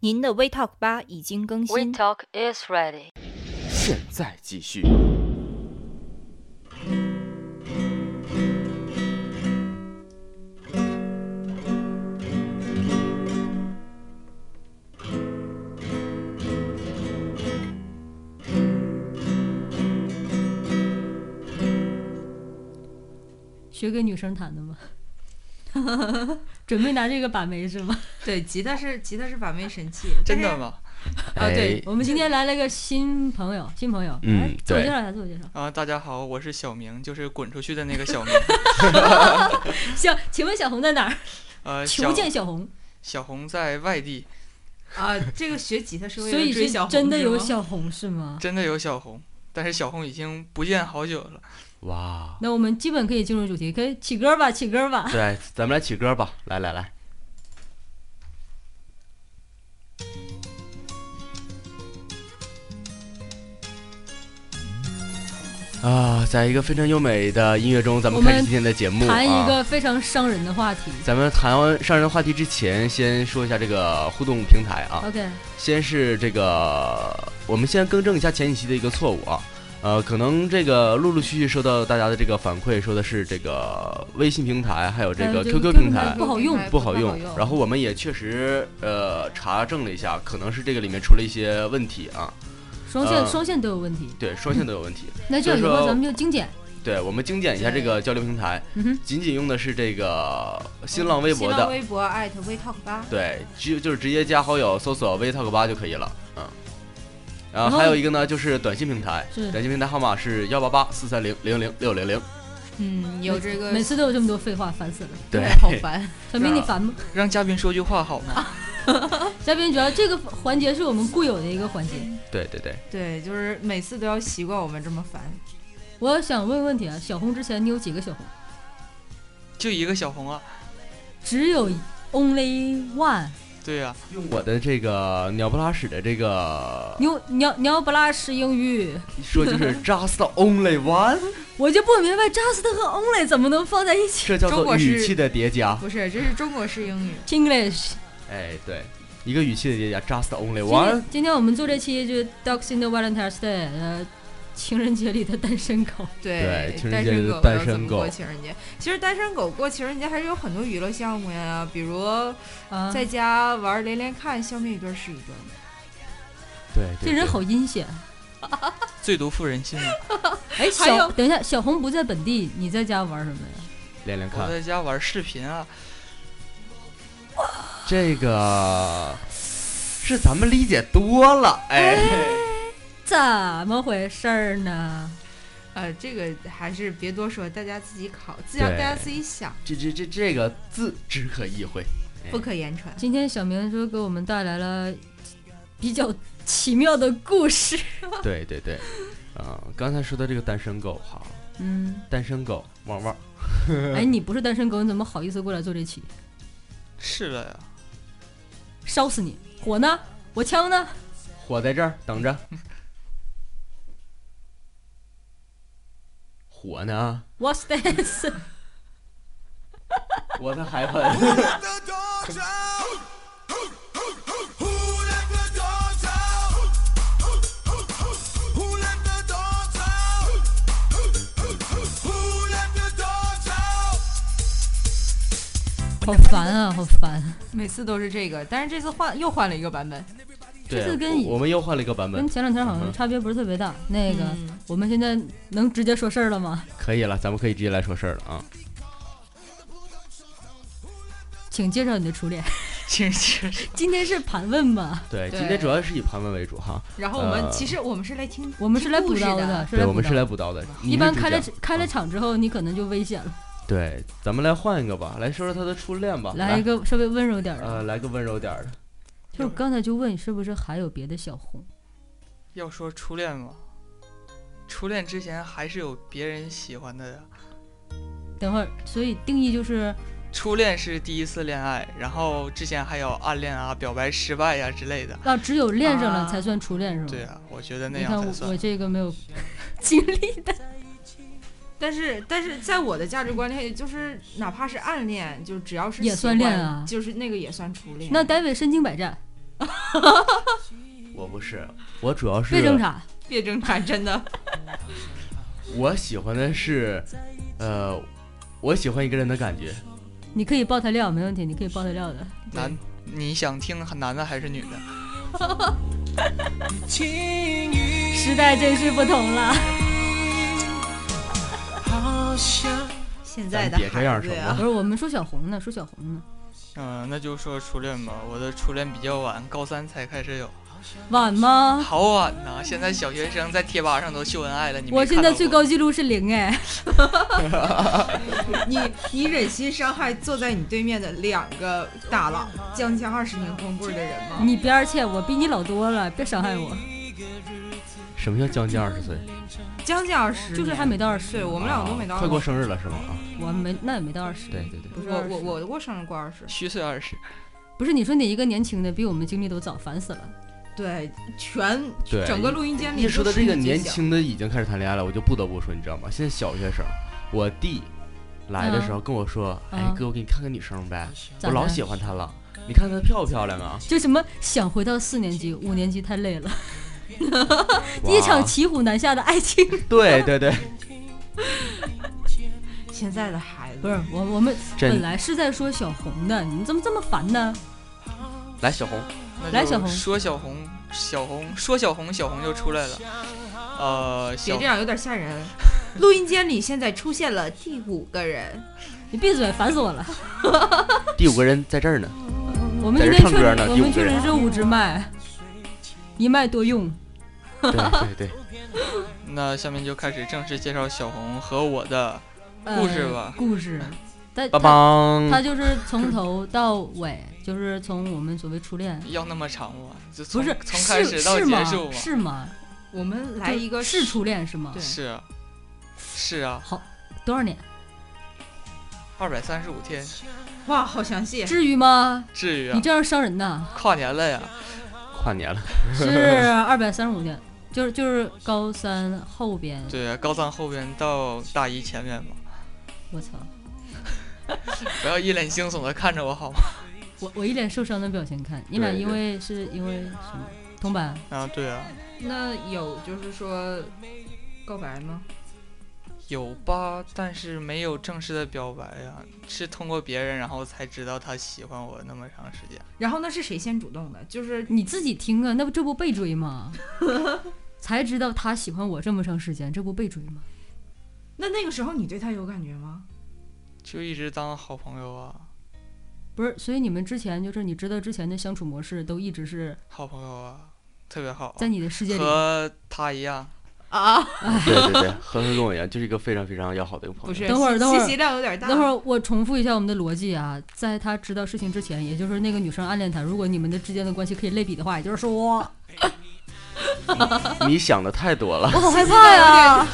您的 We Talk 吧已经更 We 新。 talk is ready。现在继续。学给女生弹的吗？ 准备拿这个把妹是吗？ 对，吉他是吉他是把妹神器，真但的是？吗？啊，对哎，我们今天来了个新朋友，新朋友，嗯哎自我对介绍一下，自我介绍。啊，大家好，我是小明，就是滚出去的那个小明。小，请问小红在哪儿？呃， 求小见小红。小红在外地，啊，这个学吉他是为所了以追是小红，真的是有吗小红是吗？真的有小红，但是小红已经不见好久了。哇，那我们基本可以进入主题，可以起歌吧，起歌吧。对，咱们来起歌吧，来来来，啊，在一个非常优美的音乐中，咱们我们开始今天的节目谈一啊。个非常伤人的话题。咱们谈完上人话题之前，先说一下这个互动平台啊。 OK，先是这个，我们先更正一下前几期的一个错误啊。呃，可能这个陆陆续续收到大家的这个反馈，说的是这个微信平台，还有这还个有这个 QQ 平平台台呃不好用不好用。然后我们也确实呃查证了一下，可能是这个里面出了一些问题啊。双线呃双线都有问题。对，双线都有问题。那这样以所以后说咱们就精简。对，我们精简一下这个交流平台嗯哼，仅仅用的是这个新浪微博新浪的，微博艾特 We Talk 吧，对，直就是直接加好友，搜索 v talk 八就可以了，嗯。然然后后还有一个呢，就是短信平台，是短信平台号码是幺八八四三零零零六零零。嗯，有这个每次都有这么多废话，烦死了。对，好 烦，小明，是你啊烦吗？让嘉宾说句话 好吗？嘉宾，主要这个环节是我们固有的一个环节。对对对，对，就是每次都要习惯我们这么烦，我想问问题啊，小红之前你有几个小红？就一个小红啊。只有 only one。对呀、用我的这个鸟不拉屎的这个牛鸟鸟不拉屎英语，说就是 just only one，我就不明白 just 和 only 怎么能放在一起这叫中做国是语气的叠加。不是，这是中国式英语， ？English。哎，对，一个语气的叠加，just only 今 one 天。今天我们做这期就是 Dogs in the Valentine's Day，呃，情人节里的单身狗。对情人单节身是狗单要怎身么狗过情人节？其实单身狗过情人节还是有很多娱乐项目呀，比如啊，在家玩连连看，消灭一对是一对。对，对这人好。阴险。最毒妇人心啊嘛。哎，还有小等一下，小红不在本地，你在家玩什么呀？连连我看在家玩视频啊，这个是咱们理解多了，哎，怎么回事儿呢？呃，这个还是别多说，大家自己考，自家对大家自己想，这这这这个字只可意会。不可言传。今天小明说给我们带来了比较奇妙的故事。对对对，啊、刚才说的这个单身狗哈，嗯，单身狗旺旺， 哎，你不是单身狗，你怎么好意思过来做这期？是了呀。烧死你！火呢？我枪呢？火在这儿等着， 火呢？ What's this？ 我的海 豚，好烦啊，好烦！每次都是这个，但是这次换又换了一个版本。对，这次跟以我我们又换了一个版本跟，前两天嗯好像差别不是特别大。那个，嗯我们现在能直接说事儿了吗？可以了，咱们可以直接来说事儿了啊。请介绍你的初恋。其实 今天是盘问吧？对，对今天主要是以盘问为主哈，然后我们、呃其实我们是来听，我们是来听补故事刀的，是来对，补我们刀是来补刀的，你一是般主开了角开了啊场之后，你可能就危险了。对，咱们来换一个吧，来说说他的初恋吧，来一个稍微温柔点儿的，呃，来个温柔点儿的，就是刚才就问是不是还有别的小红？要说初恋嘛，初恋之前还是有别人喜欢的呀。等会儿，所以定义就是初恋是第一次恋爱，然后之前还有暗恋啊、表白失败呀、之类的。啊，只有恋上了啊才算初恋是吗？对啊，我觉得那你样看才我我算。这个没有经历的，但是但是在我的价值观里，就是哪怕是暗恋，就只要是也喜算恋欢啊就是那个也算初恋。那 David 身经百战，我不是，我主要是别挣扎，别挣扎，真的。我喜欢的是，呃，我喜欢一个人的感觉，你可以爆他料，没问题，你可以爆他料的。男，你想听男的还是女的？情雨时代真是不同了，好像现在的咱别这样啊孩子成呀吗不是我们说小红呢，说小红呢，嗯，那就说初恋吧。我的初恋比较晚，高三才开始有，晚吗？好晚 呐、现在小学生在贴吧上都秀恩爱了，你没我现在看到最过高记录是零哎，你你忍心伤害坐在你对面的两个大佬，将近二十年光棍的人吗？你边儿去，我比你老多了，别伤害我，什么叫将近二十岁？将近二十，就是还没到二十，对我们俩都没到啊快过。过生日了是吗？啊，我没那也没到二十，对对对，不是我20我我我生日过二十，虚岁二十，不是你说你一个年轻的比我们经历都早，烦死了。对，全对整个录音间里一说都到是这个你最年小，轻的已经开始谈恋爱了，我就不得不说，你知道吗？现在小学生，我弟来的时候跟我说：“嗯哎哥，我给你看个女生呗，咋我的老喜欢她了，你看她漂不漂亮啊就什么想回到四年级、五年级太累了，？”哇 一场骑虎难下的爱情。 对对对，现在的孩子不是我，我们真本来是在说小红的，你怎么这么烦呢？来小红，那来就小红说小红，小红说小红，小红就出来了。呃，别小这样，有点吓人。录音间里现在出现了第五个人，你闭嘴，烦死我了。第五个人在这 儿呢，我们在今这天唱确歌实呢我第五们个确人实是五支麦，一麦多用。对对 对，那下面就开始正式介绍小红和我的呃故事吧故事。 但邦他邦，他就是从头到尾，就是从我们所谓初恋，要那么长吗？就从不是从开是始到是结吗束吗？是吗？我们来就一个是初恋是吗？对是啊是啊，多少年？二百三十五天， 哇，好详细。至于吗？至于啊你？这样伤人 呐！跨年了呀！跨年了，是二百三十五天，就是就是高三后边，对啊，高三后边到大一前面嘛，我操，不要一脸惊悚的看着我好吗？ 我我一脸受伤的表情看你俩，对因为是因为什么同班？啊，对啊，那有就是说告白吗？有吧，但是没有正式的表白呀，是通过别人然后才知道他喜欢我那么长时间。然后那是谁先主动的？就是你自己听啊，那不这不被追吗？才知道他喜欢我这么长时间，这不被追吗？那那个时候你对他有感觉吗？就一直当好朋友啊，不是，所以你们之前就是你知道之前的相处模式都一直是好朋友啊，特别好啊、在你的世界里，和他一样，啊，哎对对 对，和他跟我一样，就是一个非常非常要好的一个朋友。不是，等会儿信等会儿信息量有点大。等会儿我重复一下我们的逻辑啊，在他知道事情之前，也就是那个女生暗恋他，如果你们的之间的关系可以类比的话，也就是说，你想的太多了，我好害怕呀，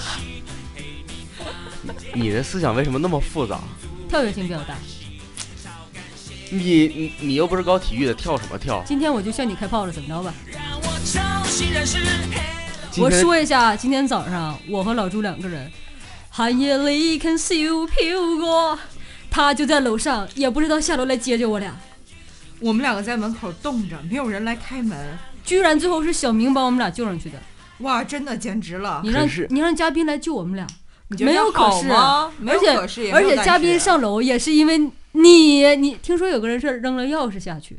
你的思想为什么那么复杂？ 跳跃性比较大。你你你又不是搞体育的，跳什么跳？今天我就向你开炮了，怎么着吧？让我潮汐燃烧。今我天说一下啊，今天早上我和老朱两个人，寒夜里一棵树飘过，他就在楼上，也不知道下楼来接接我俩，我们两个在门口冻着，没有人来开门。居然最后是小明把我们俩救上去的。哇，真的简直了！你让可是你让嘉宾来救我们俩，啊你觉得没有可好是，吗？啊没有而且可是，也没而有啊且但嘉是宾上楼也是因为你，你听说有个人是扔了钥匙下去，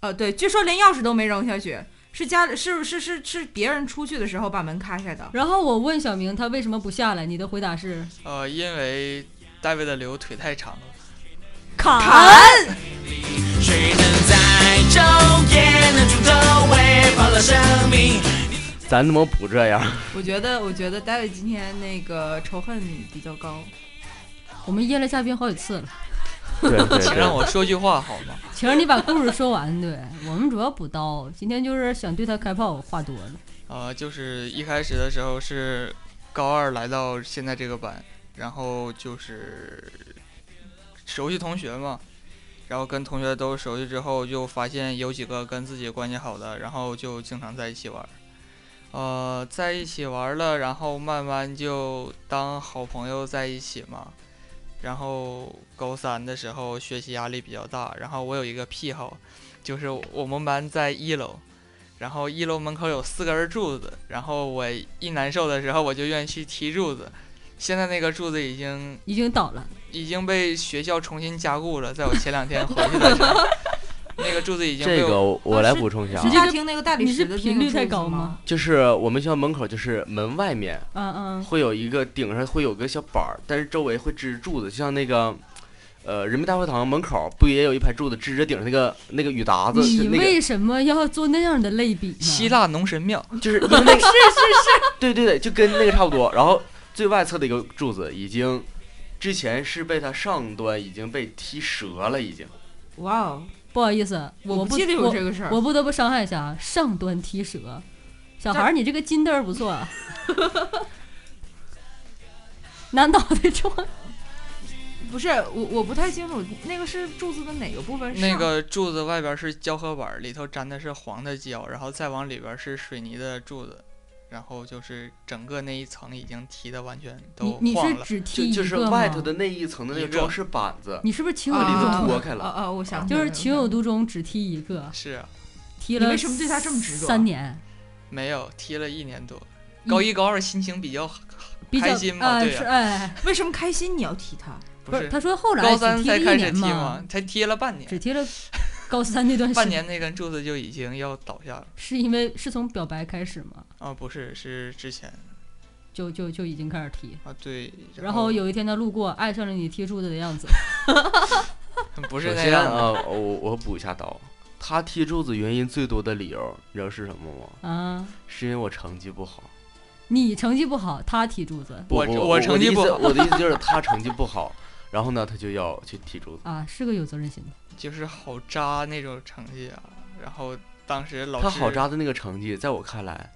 呃，对，据说连钥匙都没扔下去，是家里是是是是别人出去的时候把门开开的。然后我问小明他为什么不下来，你的回答是呃，因为戴维的刘腿太长了。卡。谁能在昼夜能出头，喂饱了生命？咱怎么不这样？我觉得，我觉得戴维今天那个仇恨比较高。我们噎了嘉宾好几次了，对对 请让我说句话好吗？请让你把故事说完。对我们主要补刀，今天就是想对他开炮，我话多了。呃，就是一开始的时候是高二来到现在这个班，然后就是熟悉同学嘛，然后跟同学都熟悉之后，就发现有几个跟自己关系好的，然后就经常在一起玩儿。呃，在一起玩儿了，然后慢慢就当好朋友在一起嘛。然后高三的时候学习压力比较大，然后我有一个癖好，就是我们班在一楼，然后一楼门口有四根柱子，然后我一难受的时候我就愿意去踢柱子。现在那个柱子已经已经倒了，已经被学校重新加固了，在我前两天回去的时候，那个柱子已经被这个我我我来补充一下啊是，这大个厅那个大理你石是的那频个率太柱子高吗？吗？就是我们学校门口就是门外面嗯嗯，会有一个顶上会有个小板儿，但是周围会支柱子，就像那个。呃，人民大会堂门口不也有一排柱子支着顶上那个那个雨啊达子，你就那个为什么要做那样的类比呢？希腊农神庙，就是因为那个是是是，对对对，就跟那个差不多。然后最外侧的一个柱子已经，之前是被它上端已经被踢折了，已经。哇哦， 不好意思，我我不记得有这个事儿我，我不得不伤害一下啊，上端踢折。小孩儿，你这个筋斗儿不错啊， 拿脑袋撞。不是我我不太清楚那个是柱子的哪个部分上？那个柱子外边是胶合板，里头粘的是黄的胶，然后再往里边是水泥的柱子，然后就是整个那一层已经踢的完全都你你晃是了。只就踢一就是个外吗头的那一层的那个一个装饰板子，你是不是情有啊里独头钟？脱开了啊啊！我想起就来是了情有独钟，只踢一个，是啊，踢你了为什么对他这么执着啊三年，没有踢了一年多，高一高二心情比较好比较开心嘛啊对呀是哎，为什么开心你要踢他？不是他说后来高只三踢才了开一始年踢嘛嘛，，才踢了半只年，踢了高三那段时半年那根柱子就已经要倒下了是因为是从表白开始嘛，啊，不是是之前就就就已经开始踢。啊对，然后有一天他路过，爱上了你踢柱子的样子。不是首那先样的啊，我我补一下刀。他踢柱子原因最多的理由，你知道是什么吗？啊，是因为我成绩不好。你成绩不好，他踢柱子不我不我我成绩的意不思好我的意思就是他成绩不好，然后呢，他就要去踢柱子。啊，是个有责任心的。就是好渣那种成绩啊。然后当时老师他好渣的那个成绩，在我看来，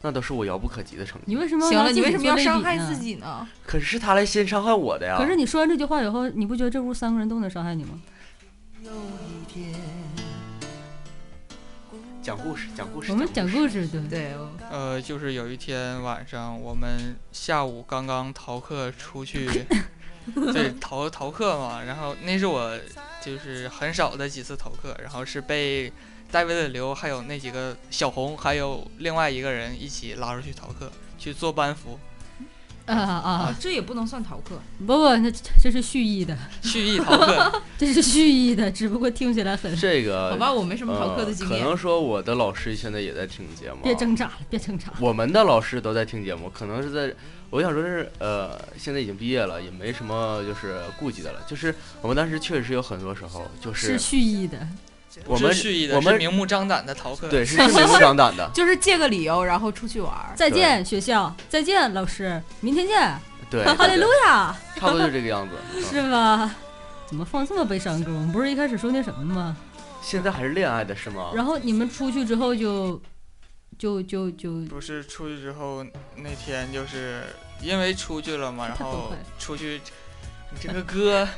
那都是我遥不可及的成绩。你为什么行要了，拿你自为己什么做要类伤比害呢自？己啊呢？可是他来先伤害我的呀。可是你说完这句话以后，你不觉得这屋三个人都能伤害你吗？讲故事，讲故事。我们讲故事故事，对不对？嗯对，我呃，就是有一天晚上，我们下午刚刚逃课出去， 对，逃逃课嘛。然后那是我就是很少的几次逃课，然后是被戴维的刘还有那几个小红，还有另外一个人一起拉出去逃课，去做班服，啊啊，这也不能算逃课，不不，那这这是蓄意的， 蓄意逃 课。这是蓄意的，只不过听起来很。这个好吧，我没什么逃课的经呃。可验，能。说我的老师现在也在听节目啊，别挣扎了，别 挣扎了。我们的老师都在听节目，可能是在，呃我想说的是，呃，现在已经毕业了，也没什么就是顾忌的了。就是我们当时确实有很多时候，就是是蓄意的，我是们蓄意的，我是们明目张胆的逃课。对是是明目张胆 的就是借个理由，然后出去玩儿。再见学校，再见老师，明天见，对，哈利路亚，对差不多就这个样子。嗯是吧？怎么放这么悲伤歌？我们不是一开始说那什么吗？现在还是恋爱的是哦吗？然后你们出去之后就，就就就不是出去之后那天就是因为出去了嘛，然太崩后溃了出去，你这个歌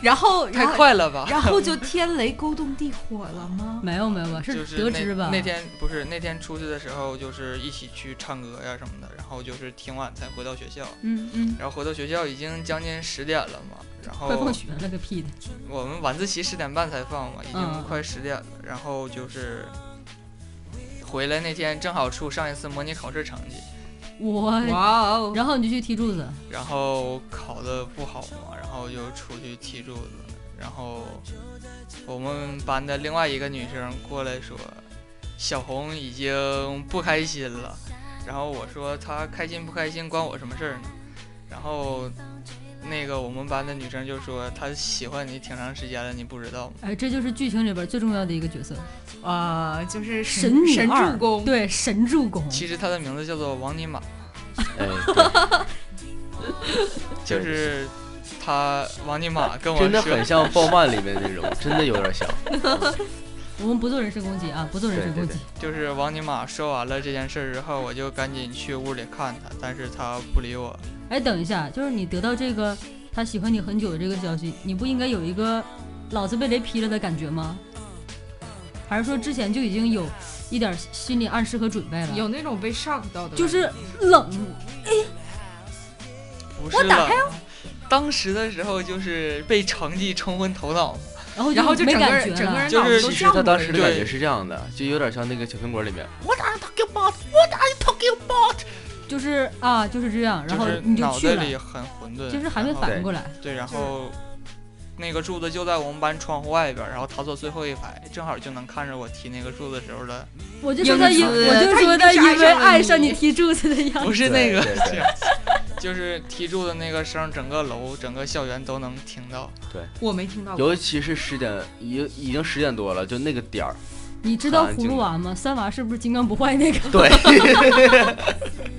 然后，太然后，快了吧？然后就天雷勾动地火了吗？没有没有吧，就是得知吧？那。那天不是那天出去的时候，就是一起去唱歌呀什么的，然后就是挺晚才回到学校，嗯嗯，然后回到学校已经将近十点了嘛，然快后放学了个屁的，我们晚自习十点半才放嘛，已经嗯快十点了，然后就是回来那天正好出上一次模拟考试成绩，我。哇哦！然后你就去踢柱子，然后考的不好嘛，然后就出去踢柱子，然后我们班的另外一个女生过来说，小红已经不开心了，然后我说她开心不开心关我什么事儿呢？然后那个我们班的女生就说她喜欢你挺长时间了，你不知道吗？哎，这就是剧情里边最重要的一个角色，啊，就是神女神二助攻，对，神助攻，其实她的名字叫做王尼玛，哎， 对就是她王尼玛跟我真的说很像暴漫里面那 种，真的有点像。我们不做人身攻击啊，不做人身攻击对，就是王尼玛说完了这件事儿之后，我就赶紧去屋里看他，但是他不理我。哎，等一下，就是你得到这个他喜欢你很久的这个消息，你不应该有一个老子被雷劈了的感觉吗？还是说之前就已经有一点心理暗示和准备了？有，那种被 shock 到的，就是冷，哦不是了，当时的时候就是被成绩冲昏头脑，然后然后就没整个感人觉整个了人。就脑是子都其实转他不当过时来的了对感觉是这样的，就有点像那个小苹果里 面就是啊，就是这样，然后是你脑去袋了，里很混沌，就是还没然后反应过来。对，然就是后那个柱子就在我们班窗户外边儿，然后他坐最后一排，正好就能看着我踢那个柱子时候 的，我就说他因，英子我就说他一因定是为爱上了爱上你你踢柱子的样不子。是那个对对对，就是踢柱的那个声儿，整个楼、整个校园都能听到。我没听到过。尤其是十点已经已经十点多了，就那个点 儿，你知道很安葫芦静娃吗？三娃是不是金刚不坏那个？对，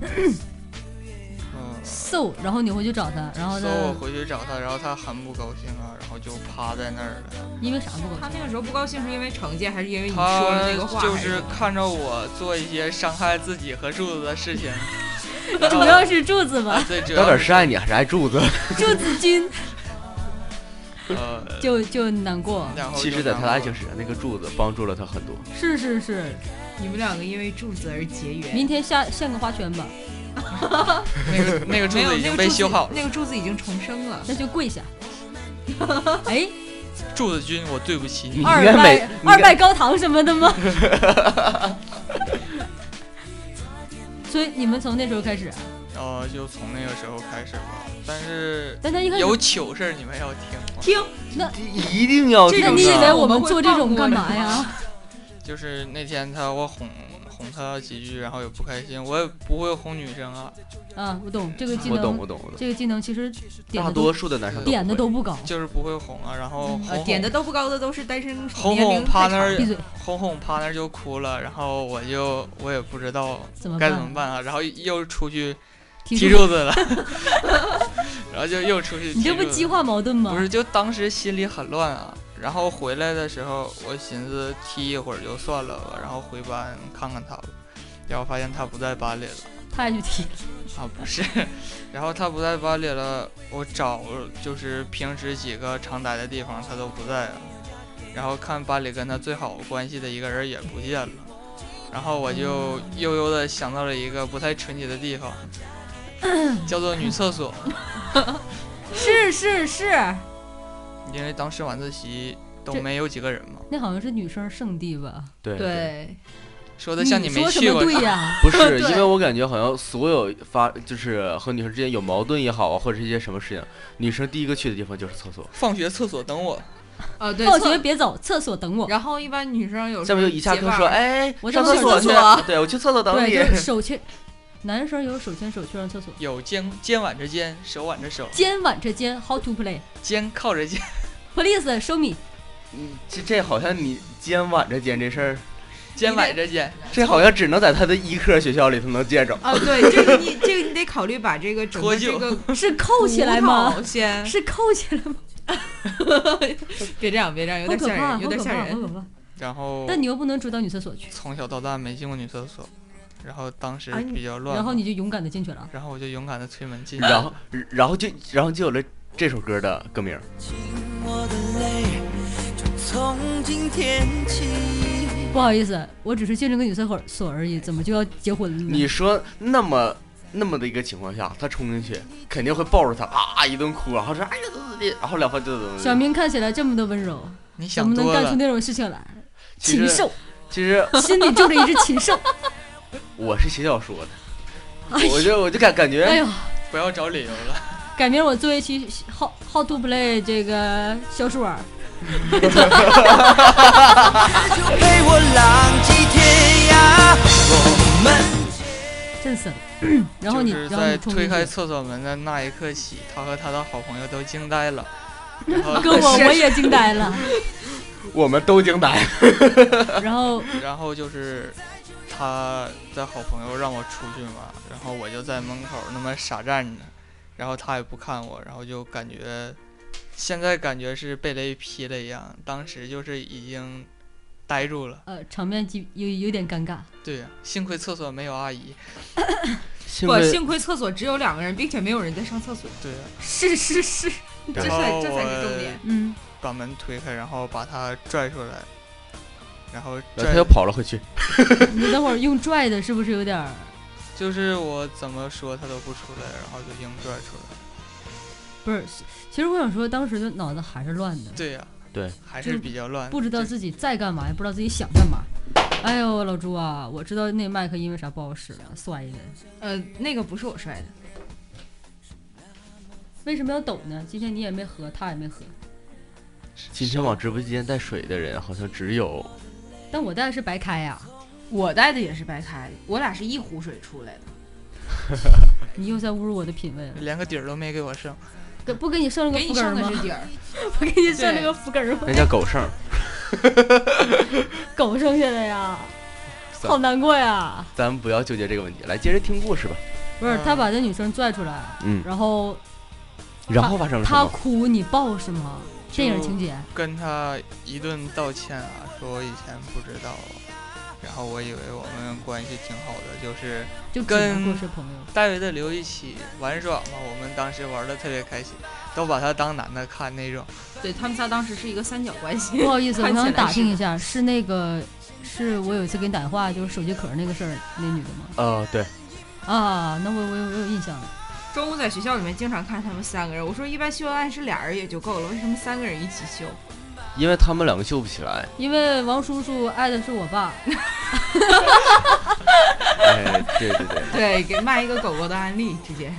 嗯， so，然后你回去找他，然后所以我呢，回去找他，然后他很不高兴啊，然后就趴在那儿了。因为啥不他高兴那？个时候不高兴是因为成绩，还是因为你说的那个他话？就还是什么看着我做一些伤害自己和柱子的 事情，主要是柱子吧，对，主到要底是爱你还是爱柱子？柱子君呃，就就难过。然后其实，就在难他的爱过情史上，那个柱子帮助了他很多。是是是，你们两个因为柱子而结缘。明天下献个花圈吧，那个那个柱没有子已那经个被柱修子好了。那个柱子已经重生了。那就跪下。哎，柱子君，我对不起你。应二该每拜应该二拜高堂什么的吗？ 所以你们从那时候开始啊，然后就从那个时候开始吧。但是但他一开始有糗事儿你们要听吗？听，一定要啊这那种你事以儿为我我们们会做这放种过干的嘛吗呀？就是那天他我哄哄他几句，然后也不开心，我也不会哄女生啊，啊，我懂这个技我懂，能，我懂，我懂。这个技能其实大点的多都数的男生点的不都不高。就是不会哄啊，然后呃，哄点哄的都不高的都是单身哄年哄龄趴太长。那儿闭嘴，哄哄趴那儿就哭了，然后我就我也不知道怎么该办？怎么办啊，然后又出去提踢出柱子了， 然后就又出去踢你这不柱子激化矛盾吗？不是，就当时心里很乱啊。然后回来的时候，我寻思踢一会儿就算了吧，然后回班看看他吧。然后发现他不在班里了他也去踢，啊，不是， 然后他不在班里了，我找就是平时几个常待的地方他都不在啊。然后看班里跟他最好关系的一个人也不见了，然后我就悠悠的想到了一个不太纯洁的 地方，叫做女厕所。是是是，因为当时晚自习都这没有几个人嘛，那好像是女生圣地吧？对对，说的像你没说什去么过似对的。呀、 不是，对因为我感觉好像所有发就是和女生之间有矛盾也好啊，或者是一些什么事情，女生第一个去的地方就是厕所，放学厕所等我，呃对，放厕学别走，厕所等我。然后一般女生有时下候面就一下课说，哎，我上上厕所厕去所， 对我去厕所等对，你 就。是手牵，男生有手牵手去上厕所，有肩肩挽着肩，手挽着手，肩挽着肩，How to play。肩靠着肩， Please show me，嗯这这好像你肩挽着肩这事儿，肩挽着肩，这好像只能在他的医科学校里头能见 着。啊对，这个你这个你得考虑把这个整脱个这臼个是扣起来吗？？先是扣起来吗？ 别这样别这样，有好点可吓怕，人，好有点可吓怕，好人。可怕。然后但你又不能追到女厕所去，从小到大没进过女厕所，然后当时啊你比较乱嘛，然后你就勇敢的进去了。啊然后我就勇敢的推门进去，然后，然后就，然后就有了这首歌的歌名。我的泪，就从今天起。不好意思，我只是进了个女厕所所而已，怎么就要结婚了呢？你说那么那么的一个情况下，他冲进去肯定会抱着他啊一顿哭，然后说哎呀怎么怎么地，然后两方就怎么小怎么地。明看起来这么的温柔，你怎想么能多干了出。那种事情来？其禽实 兽，其实心里住着一只禽兽。我是写小说的，我就我就感感哎觉呦，不要找理由了，改名我做一期《How How to Play》这个小说 儿，就陪我浪迹天涯。我们震死了。然后你，就是然后在你冲进推去开厕所门的那一刻起，他和他的好朋友都惊呆 了，然后跟我我也惊呆了。我们都惊呆。然后然后就是他的好朋友让我出去嘛，然后我就在门口那么傻站着，然后他也不看我，然后就感觉现在感觉是被雷劈了一样，当时就是已经呆住了。呃，场面几有有点尴尬。对呀、幸亏厕所没有阿姨。幸不，亏幸亏厕所只有两个人，并且没有人在上厕所。对呀、是是是，这然才后这才是重哦哎点。嗯，把门推开，然后把他拽出来，然后然后拽他又跑了回去。你等会儿用拽的，是不是有点儿？就是我怎么说他都不出来，然后就硬拽出来。不是，其实我想说，当时就脑子还是乱的，对呀、对，还就是是比较乱，不知道自己在干嘛，也不知道自己想干嘛。哎呦，老朱啊，我知道那麦克因为啥不好使啊了，摔的。呃，那个不是我摔的，为什么要抖呢？今天你也没喝，他也没喝，今天往直播间带水的人好像只有但我带的是白开呀、我带的也是白开的，我俩是一壶水出来的。你又在侮辱我的品味了。连个底儿都没给我剩。给不给你剩了个给福你根儿上的吗？是底儿，不给你剩了个福 根儿吗？那叫狗剩儿，狗剩下的呀，算好难过呀。咱们不要纠结这个问题，来接着听故事吧。不是嗯，他把那女生拽出来，嗯，然后然后发生了什他么？哭，你抱是吗？电影就情节，跟他一顿道歉啊，说我以前不知道，然后我以为我们关系挺好的，就是就只能跟过是朋友。大学的留一起玩耍嘛，我们当时玩的特别开心，都把他当男的看那种。对他们仨当时是一个三角关系。 不好意思，我看起来想是打听一下，是那个，是我有一次给你打电话，就是手机壳那个事儿，那女的吗？呃，对，啊，那我我有我有印象了。 中午在学校里面经常看他们三个人，我说一般秀恩爱是俩人也就够了，为什么三个人一起秀？ 因为他们两个秀不起来，因为王叔叔爱的是我爸，哎，对对对，对，给卖一个狗狗的案例，直接。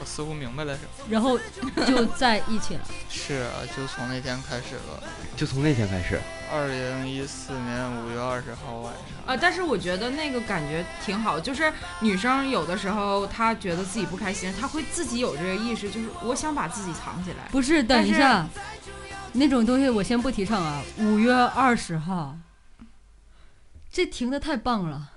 我似乎明白了什么。然 后就在一起了。是啊，就从那天开始了。就从那天开始，二零一四年五月二十号晚上，啊，但是我觉得那个感觉挺好，就是女生有的时候她觉得自己不开心，她会自己有这个意识，就是我想把自己藏起来。不是，等但一是下，那种东西我先不提倡啊。五月二十号，这停的太棒了，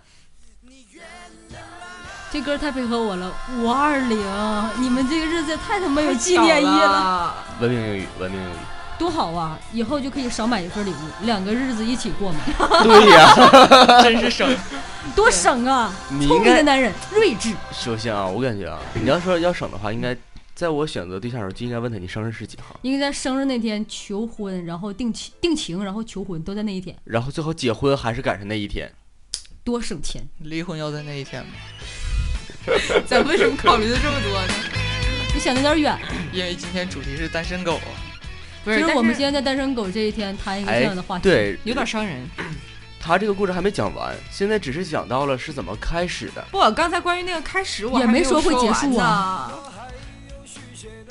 这歌太配合我了。五二零，你们这个日子也太他妈有纪念意义了，了，文明英语，文明英 语，多好啊！以后就可以少买一份礼物，两个日子一起 过嘛，对呀，真是省。多省啊！你聪应明的该男人，睿智。首先啊，我感觉啊，你要说要省的话，应该在我选择对象的时候就应该问他你生日是几号，应该在生日那天求婚，然后定情定情，然后求婚，都在那一天，然后最后结婚还是赶上那一天，多省钱。离婚要在那一天吗？咱为什么考虑的这么多呢？你想的有点远。因为今天主题是单身狗啊。不其是，实哎但我们是今天在单身狗这一天谈一个这样的话题，，对，啊有点伤人。他这个故事还没讲完，现在只是讲到了是怎么开始的。不，刚才关于那个开始我也还没有说说会结束啊。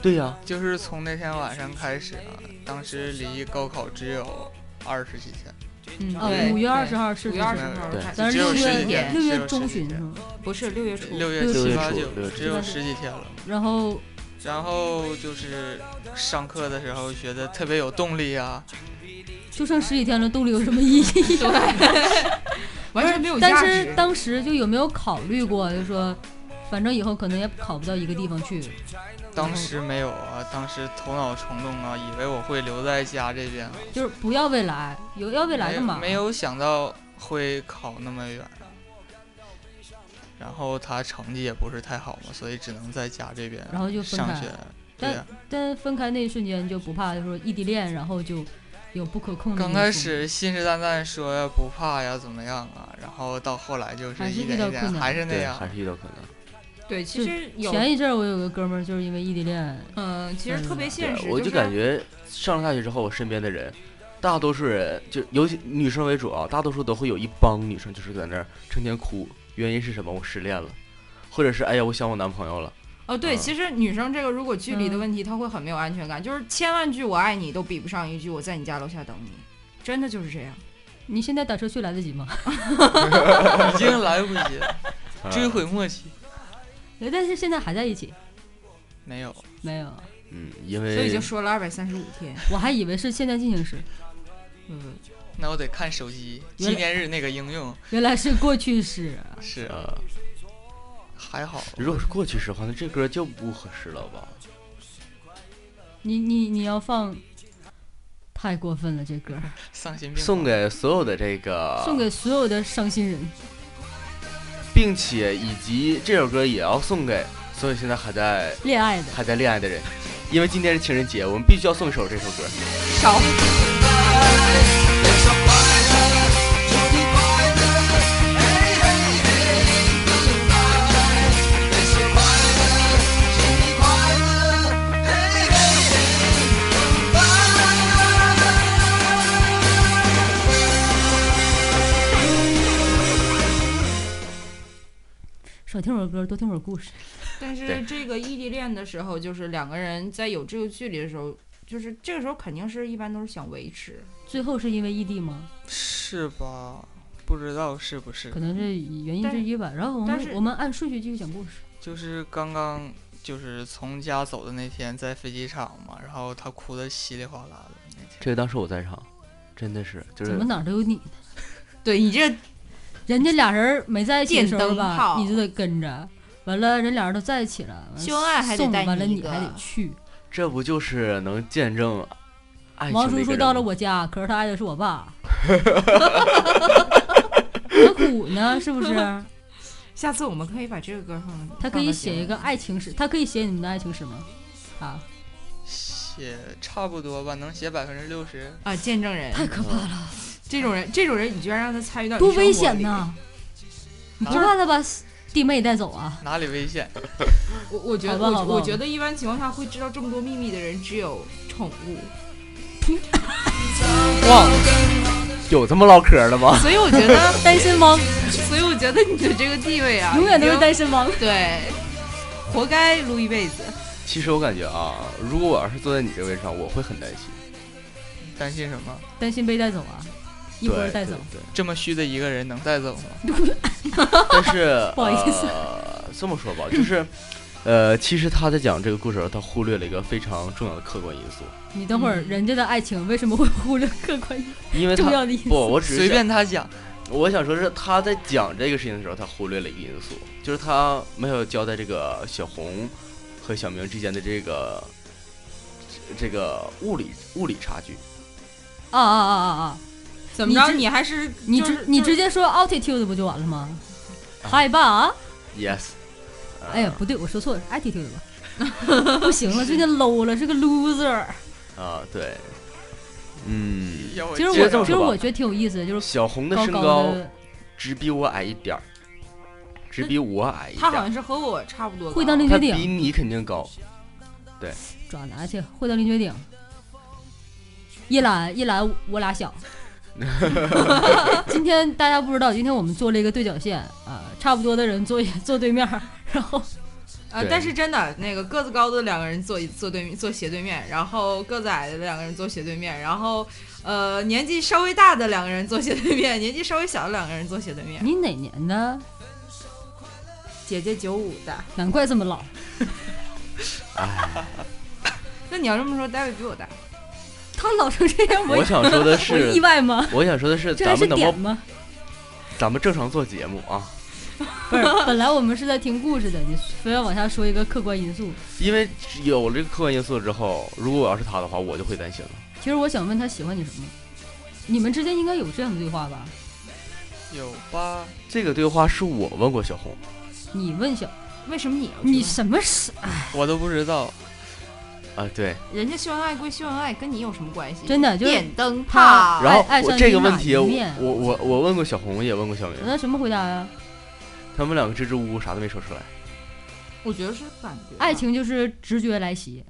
对呀、就是从那天晚上开始啊，当时离高考只有二十几天，嗯，呃，对五月二十号是五月是二是十号对开始，咱是只六有月十几天六只月有中十几旬是天吗？不是六月初，六月六七月八初九六月初只有十几天了。然后然后就是上课的时候觉得特别有动力啊，就剩十几天了，动力有什么意 义？完全没有价但值是。当时就有没有考虑过，就说反正以后可能也考不到一个地方去，当时没有啊，当时头脑冲动啊，以为我会留在家这边啊，就是不要未来，有要未来干嘛？没有想到会考那么远。啊然后他成绩也不是太好嘛，所以只能在家这边然后就分上开学了。对啊呀、但分开那一瞬间就不怕，就说异地恋，然后就有不可控的因刚素。开始信誓旦旦说呀不怕呀怎么样啊，然后到后来就是还是一遇到点一点困难还是那对，样还，是遇到可能。对，其实有，前一阵儿我有个哥们儿就是因为异地恋，嗯，其实特别现实，对，我就就是感觉上了大学之后，我身边的人，大多数人就尤其女生为主啊，大多数都会有一帮女生就是在那儿成天哭，原因是什么？我失恋了，或者是哎呀，我想我男朋友了。哦，对，嗯其实女生这个如果距嗯离的问题，她会很没有安全感，就是千万句我爱你都比不上一句我在你家楼下等你，真的就是这样。你现在打车去来得及 吗？已经来不及了， 啊追悔莫及。哎但是现在还在一起，没有，没有，嗯，因所以为就说了二百三十五天， 我还以为是现在进行时，嗯，那我得看手机纪念日那个应用啊原来是过去式。是啊呃，还好，如果是过去式的话，那这歌就不合适了吧？你你你要放，太过分了，这歌、丧心病送狂给所有的这啊个，送给所有的伤心人。并且以及这首歌也要送给所有现在还在恋爱的，还在恋爱的人，因为今天是情人节，我们必须要送一首这首歌。少嘿嘿嘿，少听会儿歌，多听会儿故事。但是对这个异地恋的时候，就是两个人在有这个距离的时候，就是这个时候肯定是一般都是想维持。最后是因为异地吗？是吧？不知道是不是可，能是原因但之一吧。然后我但是们我们按顺序继续讲故事。就是刚刚就是从家走的那天，在飞机场嘛，然后他哭得稀里哗啦的那天。这个当时我在场，真的是就怎是么哪儿都有你呢？对你这人家俩人没在一起的时电候灯吧，泡你就得跟着。完了，人俩人都在一起了，完了秀恩爱还得送带你完了一你个还得去。这不就是能见证爱情王的叔一个叔人到了吗我家，可是他爱的是 我爸。何苦呢？是不是？下次我们可以把这个歌放。他可以写一个爱情史，他可以写你们的爱情史吗？啊，写差不多吧，能写百分之六十。啊，见证人，太可怕了，这种人，这种人，你居然让他参与到你多生危活险里！呐！你不怕啊他把弟妹带走啊？哪里危险？我我觉好得，吧好我吧我觉得一般情况下会知道这么多秘密的人只有宠物，有这么唠嗑的 吗？ 所以我觉得，单身汪，所以我觉得你的这个地位啊， 永远都已是经单身汪。对，活该撸一辈子。其实我感觉啊，如果我要是坐在你这位置上，我会很担心。担心什么？担心被带走啊，一波对带走。对，对这么虚的一个人能带走吗？但是 不好意思呃，这么说吧，就是，呃，其实他在讲这个故事的时候，他忽略了一个非常重要的客观因素，你等会儿嗯人家的爱情为什么会忽略客观因为重他要的因素？不，我只是随想便他讲，我想说是他在讲这个事情的时候，他忽略了一个因素，就是他没有交代这个小红和小明之间的这个这这个物理物理差距。啊啊啊啊啊！怎么你着？直你还是你就直是你就是直接说 altitude 不就完了吗？啊害怕啊！ Yes，、呃、哎呀，不对，我说错了，attitude 吧。 不行了，最近 low 了，是个 loser。啊、对，嗯，要其实接我这么其说实吧我觉得挺有意思的，就是小红的高身高高的只比我矮一点儿，只比我矮一他点好儿，像是和我差不多高，啊会当那他绝比顶你肯定高。爪拿去，会到凌绝顶。一览一览我俩小。今天大家不知道，今天我们做了一个对角线啊、差不多的人坐一坐对面儿，然后呃，对但是真的，那个个子高的两个人坐一坐对面坐斜对面，然后个子矮的两个人坐斜对面，然后呃年纪稍微大的两个人坐斜对面，年纪稍微小的两个人坐斜对面。 你哪年的？姐姐九五的，难怪这么老。那你要这么说，大卫比我大。他老成这样，我我想说的我是意，外吗？我想说的是，这还咱是们能不点能吗？咱们正常做节目啊？不是，本来我们是在听故事的，你非要往下说一个客观因素。因为有了这个客观因素之后，如果我要是他的话，我就会担心了。其实我想问他喜欢你什么？你们之间应该有这样的对话吧？有吧？这个对话是我问过小红，你问小为什么你要你这什么事？我都不知道。啊，对，么人家秀恩爱归秀恩爱，跟你有什么关系？真的就是点灯他泡。然后爱我上这个你哪问题一我，面嗯我我我问过小红，也问过小明，那什么回答啊呀、他们两个支支吾吾，啥都没说出来。我觉得是感觉吧爱，情就是直觉来袭，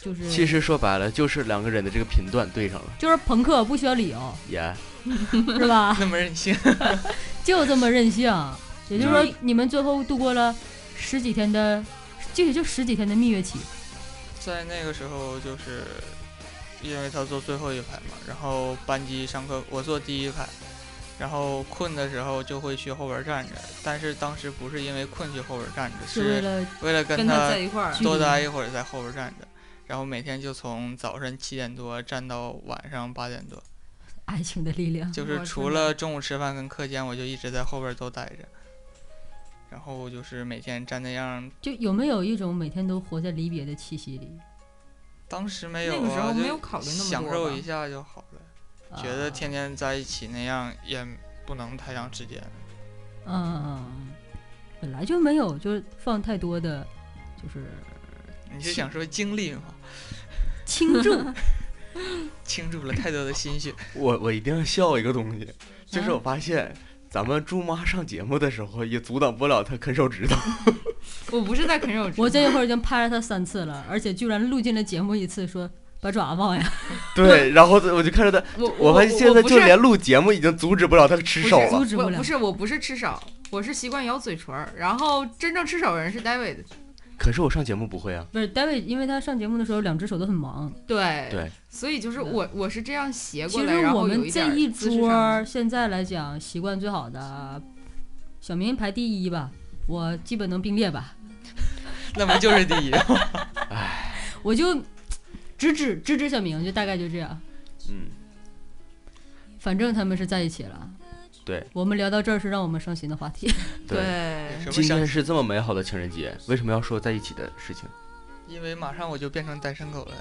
就是其实说白了，就是两个人的这个频段对上了，就是朋克不需要理由，也、是吧？那么任性，就这么任性。也就是说，你们最后度过了十几天的，就也就十几天的蜜月期。 在那个时候就是，因为他坐最后一排嘛，然后班级上课我坐第一排，然后困的时候就会去后边站着，但是当时不是因为困去后边站着，是为是了为了跟跟他他在一块儿，距多离待一会儿在后边站着，然后每天就从早晨七点多站到晚上八点多，爱情的力量。就是啊我除天了中午吃饭跟课间，我就一直在后边都待着，然后就是每天站那样。就有没有一种每天都活在离别的气息里？当时没有那个时啊候就没有考虑那么享多受吧一下就好了。啊觉得天天在一起那样也不能太长时间。嗯，本来就没有，就是放太多的，就是你是想说经历吗？倾注。倾注了太多的心血，我我一定要笑一个东西，啊就是我发现。咱们猪妈上节目的时候也阻挡不了她啃手指头，我不是在啃手指头，我这一会儿已经拍了他三次了，而且居然录进了节目一次，说把爪子放下。对， 然后我就看着她，我我发现现我在不就是连录节目已经阻止不了她吃手不了。阻止我了不。是我不是吃手，我是习惯咬嘴唇儿，然后真正吃手人是 David。可是我上节目不会啊，不是 David，因为他上节目的时候两只手都很忙。对，对，所以就是我我是这样斜过其来，实然我后有们一点这儿一姿势桌上儿现在来讲，习惯最好的，小明排第一吧，我基本能并列吧，那不就是第一？我就指指指指小明，就大概就这样。嗯，反正他们是在一起了。对，我们聊到这儿是让我们伤心的话题。对。 对，什么今想天？是这么美好的情人节，为什么要说在一起的事情？因为马上我就变成单身狗了呀。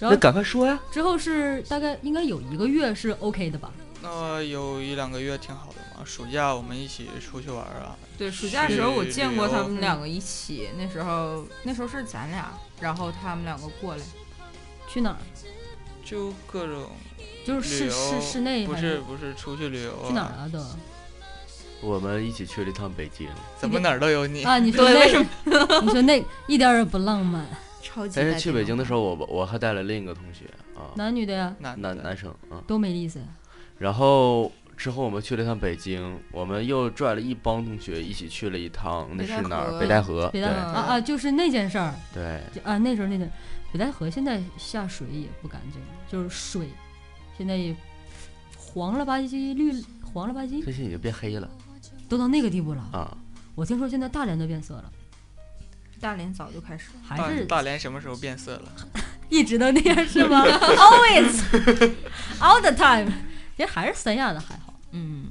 然后那赶快说呀！之后是大概应该有一个月是 OK 的吧？那有一两个月挺好的嘛，暑假我们一起出去玩啊。对，暑假的时候我见过去旅他游们两个一起，那时候那时候是咱俩，然后他们两个过来，去哪儿？就各种就是室旅室游室内不还是不是出去旅游、啊，去哪儿啊？都我们一起去了一趟北京，怎么哪儿都有你。啊？你说对为 那个？你说那个一点儿也不浪漫，超级。但是去北京的时候，我我还带了另一个同学啊，男女的呀男男的男生啊。都没意思呀。然后之后我们去了一趟北京，我们又拽了一帮同学一起去了一趟，那北戴是哪儿？河北戴河。北戴河对啊啊，就是那件事儿对对，就啊，那时候那件北戴河现在下水也不干净，就是水现在也黄了吧唧，绿黄了吧唧，最近已经变黑了都到那个地步了。啊！我听说现在大连都变色了，大连早就开始了，大还是大连什么时候变色了？一直都那样是 吗？Always, all the time。其实还是三亚的还好，嗯。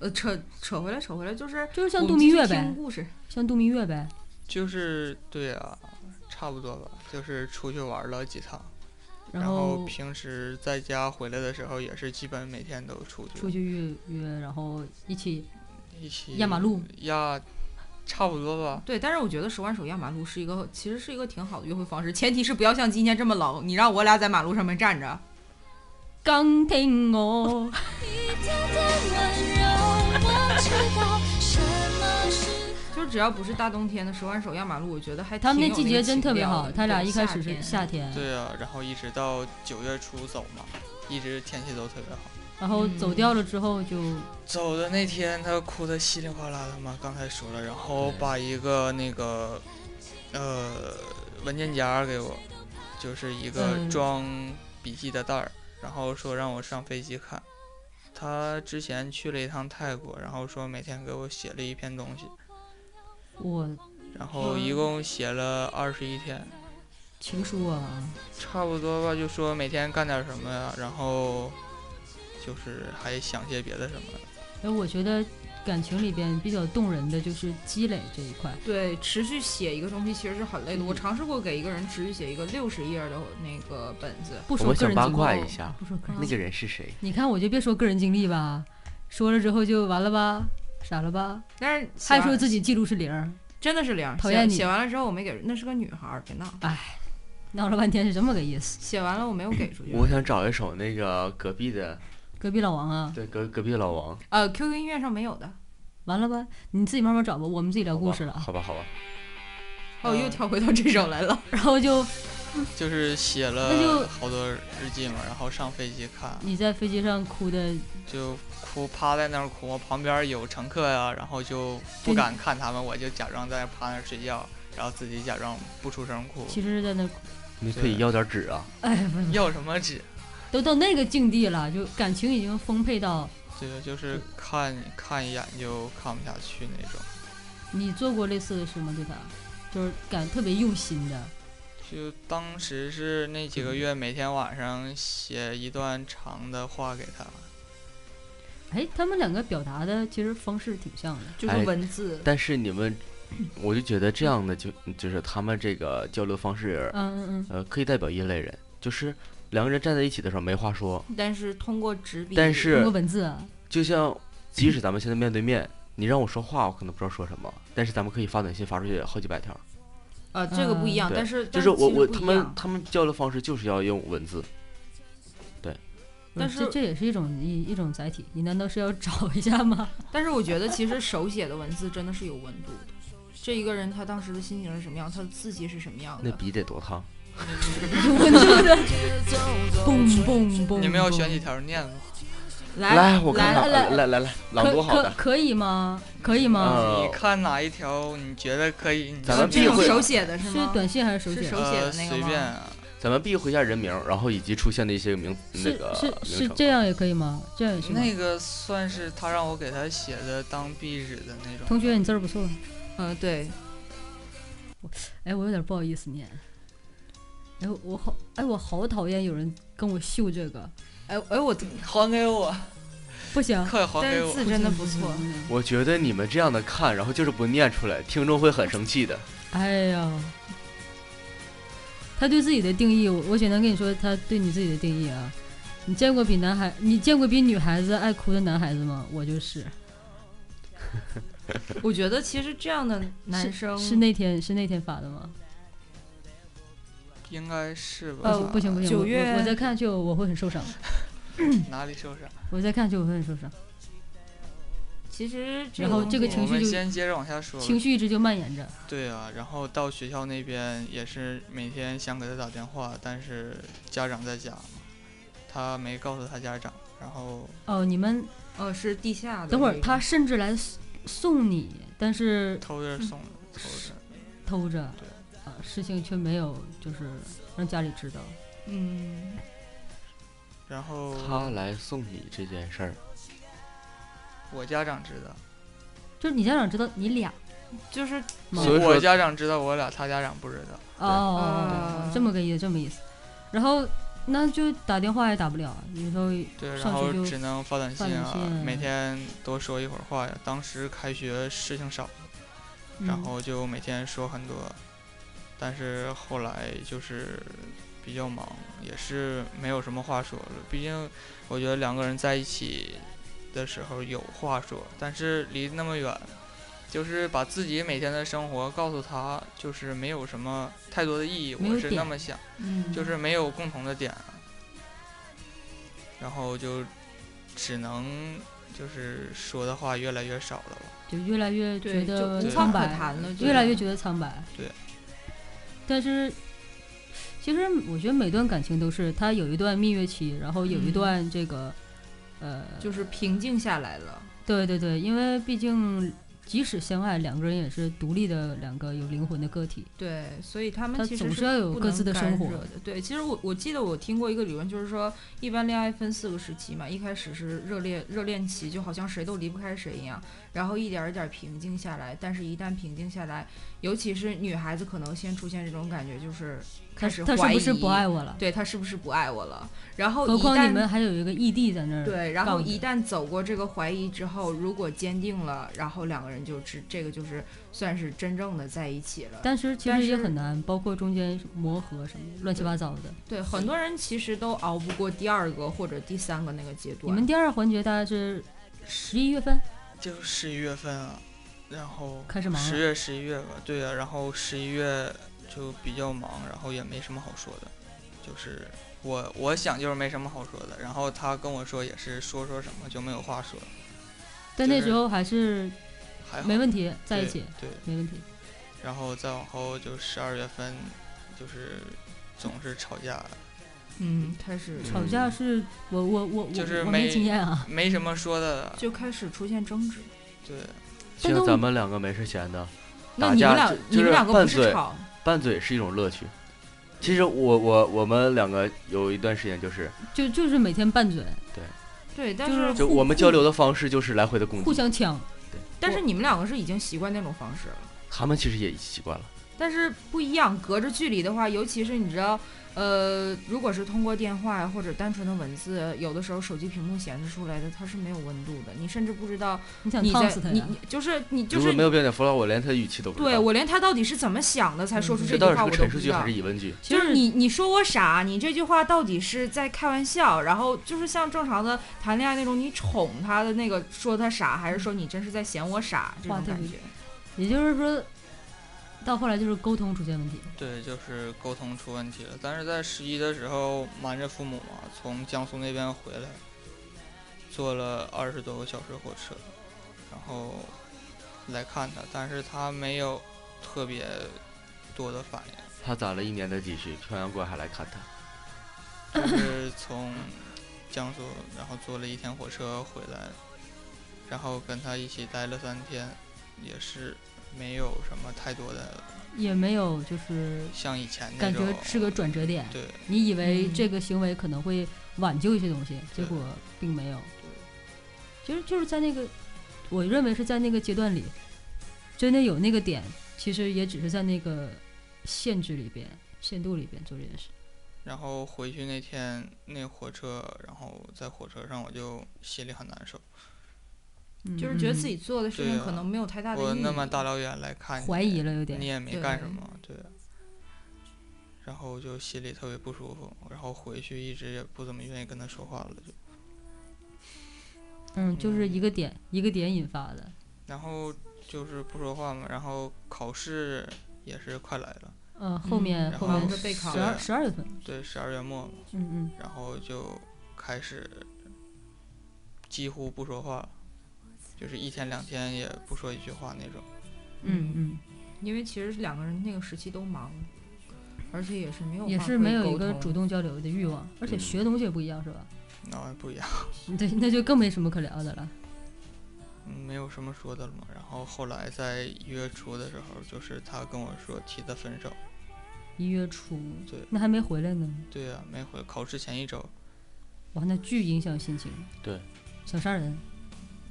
呃，扯扯回来，扯回来，就是就是我像们度蜜继续月听呗，故事，像度蜜月呗。就是对啊，差不多吧，就是出去玩了几趟，然后后平时在家回来的时候也是基本每天都出去，出去约约，然后一起一起压马路压，差不多吧。对，但是我觉得手挽手压马路是一个，其实是一个挺好的约会方式，前提是不要像今天这么冷。你让我俩在马路上面站着，刚听哦，就是只要不是大冬天的手挽手压马路，我觉得还他们那那季节真特别好。他俩一开始是夏夏天，天，对啊，然后一直到九月初走嘛，一直天气都特别好。然后嗯走掉了之后就走的那天，他哭得稀里哗啦的嘛，刚才说了，然后把一个那个呃文件夹给我，就是一个嗯装笔记的袋儿，然后说让我上飞机看。他之前去了一趟泰国，然后说每天给我写了一篇东西，我然后一共写了二十一天，情书啊，差不多吧，就说每天干点什么呀，然后就是还想些别的什么。哎，我觉得感情里边比较动人的就是积累这一块。对，持续写一个东西其实是很累的。嗯我尝试过给一个人持续写一个六十页的那个本子，不我说们个想人八经历，卦一下，不说个人那个人是谁？你看，我就别说个人经历吧，说了之后就完了吧，傻了吧，但是写还完说自己记录是零儿，真的是零，讨写厌你写完了之后我没给，那是个女孩儿，别闹。闹了半天是这么个意思。写完了我没有给出去。我想找一首那个隔壁的，隔壁老王啊，对隔隔壁的老王。呃，QQ 音乐上没有的。完了吧，你自己慢慢找吧，我们自己聊好吧故事了啊。好吧，好吧，哦，呃嗯又跳回到这首来 了。 然后就就是写那就了好多日记嘛，然后上飞机看，你在飞机上哭的，就哭趴在那儿哭，旁边有乘客呀、然后就对不敢看他们，我就假装在那儿趴那儿睡觉，然后自己假装不出声哭。其实是在那，你可以要点纸啊。哎，不是，要什么纸？都到那个境地了，就感情已经丰沛到这个就是看 看一眼就看不下去那种，你做过类似的事吗？对他，就是感特别用心的，就当时是那几个月每天晚上写一段长的话给他，哎，他们两个表达的其实方式挺像的，就是哎文字，但是你们，我就觉得这样的就就是他们这个交流方式，嗯嗯嗯，呃，可以代表一类人，就是两个人站在一起的时候没话说，但是通过纸笔，但通是过文字啊，就像即使咱们现在面对面，你让我说话，我可能不知道说什么，但是咱们可以发短信发出去好几百条。呃，这个不一嗯样。对但是就但是我其实我不他一们样他们交流方式就是要用文字，不但这是这也是一种一一种载体，你难道是要找一下吗？但是我觉得其实手写的文字真的是有温度的。这一个人他当时的心情是什么样，他的字迹是什么样那的。笔得多烫。温度的，蹦蹦蹦！嗯你们要选几条念吗？来来，我看来看，来来来来，朗可读好可的，可以吗？可以吗？呃你看哪一条你觉得可以？你咱就们这避种讳手写嗯的是是吗？短信还是手是写？手写的那呃个随吗便啊，咱们避讳一下人名，然后以及出现的一些名那是个是名是称这样也可以吗？这样也行吗？那个算是他让我给他写的当壁纸的那种。同学，你字儿不错。嗯，对，哎，我有点不好意思念。哎，我好，哎，我好讨厌有人跟我秀这个，哎哎，我嗯还给我，不行。快还但给是我！字真的 不错。我觉得你们这样的看，然后就是不念出来，听众会很生气的。哎呀，他对自己的定义，我我简单跟你说，他对你自己的定义啊。你见过比男孩，你见过比女孩子爱哭的男孩子吗？我就是。我觉得其实这样的男生是那天是那天发的吗？应该是吧？呃，不行不行，九我月我我再看下去我会很受伤，哪里受伤？我再看下去我会很受伤，其实然后东这个西情我绪们就先接着往下说吧。情绪一直就蔓延着。对啊，然后到学校那边也是每天想给他打电话，但是家长在家嘛，他没告诉他家长，然后哦，你们呃是地下的。等会儿他甚至来送送你，但是偷着送的，嗯偷偷着。着对，啊，事情却没有就是让家里知道。嗯，然后他来送你这件事儿，我家长知道，就是你家长知道你俩就是吗？所以我说家长知道我俩，他家长不知道。啊哦，这么个意思，这么意思。然后那就打电话也打不了，有时候对，然上后去就只能发短发信短啊，信每天多说一会儿话呀。当时开学事情少，然嗯后就每天说很多，但是后来就是比较忙，也是没有什么话说了。毕竟我觉得两个人在一起的时候有话说，但是离那么远，就是把自己每天的生活告诉他，就是没有什么太多的意义。没有我是那点么想，嗯就是没有共同的点，然后就只能就是说的话越来越少了吧。就越来越觉对，就得无苍话苍可白，谈了，就越来越是觉得苍白。对。但是，其实我觉得每段感情都是，它有一段蜜月期，然后有一嗯段这个，呃，就是平静下来了。对对对，因为毕竟即使相爱，两个人也是独立的两个有灵魂的个体。对，所以他们他其实总是是要有不各能自的生干活涉的。对，其实我我记得我听过一个理论，就是说一般恋爱分四个时期嘛，一开始是热恋热恋期，就好像谁都离不开谁一样，然后一点儿一点儿平静下来。但是，一旦平静下来，尤其是女孩子，可能先出现这种感觉，就是他开始他是怀疑不是不爱我了？对他是不是不爱我了？然后何一况旦你们还有一个异地在那儿。对，然后杠着一旦走过这个怀疑之后，如果坚定了，然后两个人就知这个就是算是真正的在一起了。但是其但实也是很难，包括中间磨合什么乱七八糟的。对，很多人其实都熬不过第二个或者第三个那个阶你段。们第二环节大概是十一月份就十一月份啊，然后开始忙啊十了，月、十一月吧，对呀、然后十一月就比较忙，然后也没什么好说的，就是我我想就是没什么好说的，然后他跟我说也是说说什么就没有话说，但就那是时候还是还好没问题，在一起对，对，没问题。然后再往后就十二月份就是总是吵架，嗯，开始吵架是我我我我就是我没没经验啊，没什么说的了，就开始出现争执。对，但像都咱们两个没事闲的，那打你们架俩就，你们是两个不拌是嘴，吵，拌嘴是一种乐趣。其实我我我们两个有一段时间就是，就就是每天拌嘴，对，但、就是就互我们交流的方式就是来回的攻互击，相抢。但是你们两个是已经习惯那种方式了。他们其实也习惯了。但是不一样，隔着距离的话，尤其是你知道，呃，如果是通过电话呀或者单纯的文字，有的时候手机屏幕显示出来的它是没有温度的，你甚至不知道你想你烫在死他你呀？你就是你就如果是没有标点符号，我连他的语气都不知道。对我连他到底是怎么想的才说出嗯这这句到底话是我个都陈不述知句还道是。疑问句？其就是实你你说我傻，你这句话到底是在开玩笑？然后就是像正常的谈恋爱那种，你宠他的那个说他傻，还是嗯说你真是在嫌我傻这话种特感别觉？也就是说，到后来就是沟通出现问题。对，就是沟通出问题了。但是在十一的时候瞒着父母嘛，从江苏那边回来，坐了二十多个小时火车，然后来看他，但是他没有特别多的反应， 他攒了一年的积蓄，漂洋过海来看他，就是从江苏，然后坐了一天火车回来，然后跟他一起待了三天，也是没有什么太多的也没有就是像以前那感种觉是个转折点。对你以为嗯这个行为可能会挽救一些东西，结对果并没有。其实就是在那个，我认为是在那个阶段里，真的有那个点，其实也只是在那个限制里边、限度里边做这件事。然后回去那天那火车，然后在火车上我就心里很难受。嗯就是觉得自己做的事情对啊可能没有太大的意义。我那么大老远来嗯看你，怀疑了有点你。也没干什对么，对。然后就心里特别不舒服，然后回去一直也不怎么愿意跟他说话了，就。嗯，就是一个点一个点引发的。然后就是不说话嘛，然后考试也是快来了，呃，后面、然后忙面着备考十二是十二月份，对，十二月末嘛，嗯嗯，然后就开始几乎不说话了，就是一天两天也不说一句话那种。嗯因为其实两个人那个时期都忙，而且也是没有嗯，也话是可以没有一沟个通主动交流的欲望，而且嗯学东西也不一样，是吧？ 那玩意儿不一样，对，那就更没什么可聊的了。嗯没有什么说的了嘛。然后后来在一月初的时候，就是他跟我说提的分手，一月初，对那还没回来呢，对呀、没回考试前一周，哇，那巨影响心情。对，想杀人，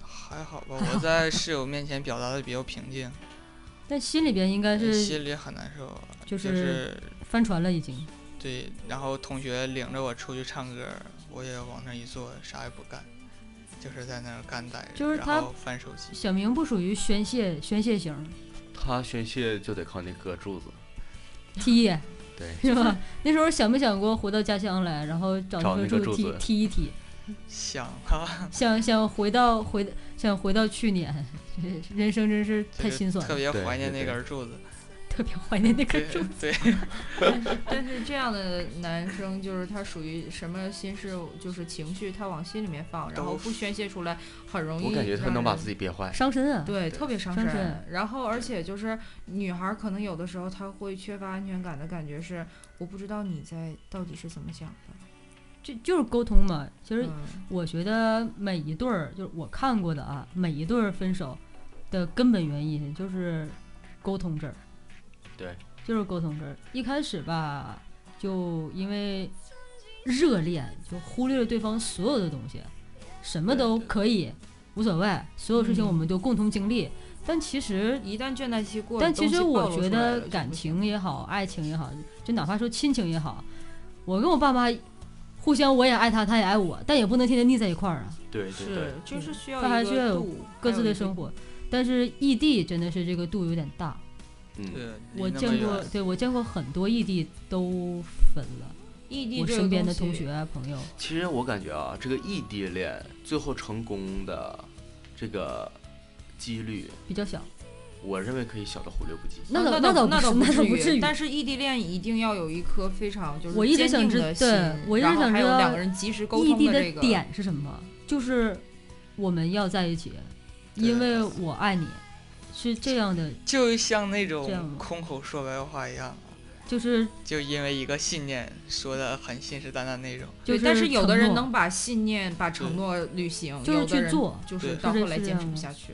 还好吧，我在室友面前表达的比较平静， 但心里边应该是心里很难受啊，就就是翻船了已经。对，然后同学领着我出去唱歌，我也往那一坐，啥也不干，就是在那儿干待着，就是他然后翻手机。小明不属于宣泄宣泄型，他宣泄就得靠那个柱子，踢一对，E，是吧？ 那时候想没想过回到家乡来，然后找找一那个柱柱踢子踢一踢，想啊，想想回到回想回到去年，人生真是太就是心酸特了，别对怀念对那对根柱子。特别怀念那个对柱。 对，但是这样的男生就是他属于什么心事，就是情绪他往心里面放，然后都不宣泄出来，很容易我感觉他让能把人自己憋坏。伤身啊，对对特别伤伤身。身然后而且就是女孩儿可能有的时候她会缺乏安全感的感觉是，我不知道你在到底是怎么想的。就就是沟通嘛。其实嗯，我觉得每一对儿，就是我看过的啊，每一对儿分手的根本原因就是沟通这儿。对，就是沟通这儿。一开始吧，就因为热恋，就忽略了对方所有的东西，什么都对对可以，无所谓，所有事情嗯我们都共同经历。但其实一旦倦怠期过了，但其东实西我暴露觉出来了得就不感行情也好，爱情也好，就哪怕说亲情也好，我跟我爸妈互相我也爱他，他也爱我，但也不能天天腻在一块儿啊，对对对是，就是需要他一还个是要有度各还自有的一个生活。但是异地真的是这个度有点大，嗯，对我离那么见过远，对我见过很多异地都分了，异地我这个身边东的同西学啊朋友，其实我感觉啊，这个异地恋最后成功的这个几率，比较小，我认为可以小到忽略不计。那倒啊那倒那倒不那倒不至至于。但是异地恋一定要有一颗非常就是我一直坚想定知的对心我一直然后想还知有道两个人及时沟异通地的这个点是什么？就是我们要在一起，对因为我爱你，是这样的，就像那这样种吗空口说白话一样，就是就因为一个信念说的很信誓旦旦那种。就对，但是有的人承诺能把信念、把承诺履行，就是有的去人做就是对到是后这来是这坚持样不的下去。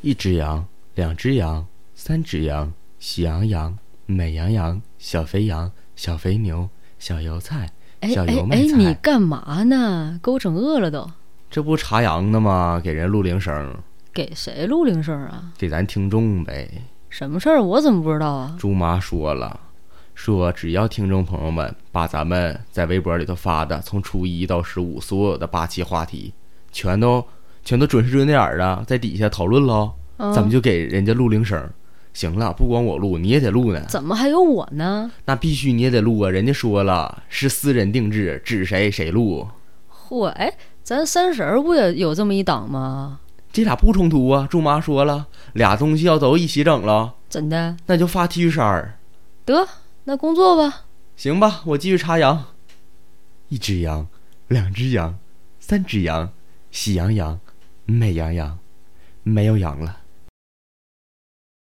一只羊，两只羊，三只羊，喜羊羊、美羊羊、小肥羊、小肥牛、小油菜，哎小油哎麦哎，菜你干嘛呢？给我整饿了都，这不查羊呢吗？给人录铃声，给谁录铃声啊？给咱听众呗。什么事儿？我怎么不知道啊？猪妈说了，说只要听众朋友们把咱们在微博里头发的从初一到十五所有的八期话题，全都全都准时准点儿的在底下讨论喽，嗯、哦咱们就给人家录铃声。行了，不光我录，你也得录呢。怎么还有我呢？那必须你也得录啊！人家说了是私人定制，指谁谁录，嚯，哎，咱三十儿不也有这么一档吗？这俩不冲突啊。猪妈说了，俩东西要都一起整了，怎的？那就发 T 恤衫儿。得，那工作吧。行吧，我继续插羊。一只羊，两只羊，三只羊，喜羊羊，美羊羊，没有羊了，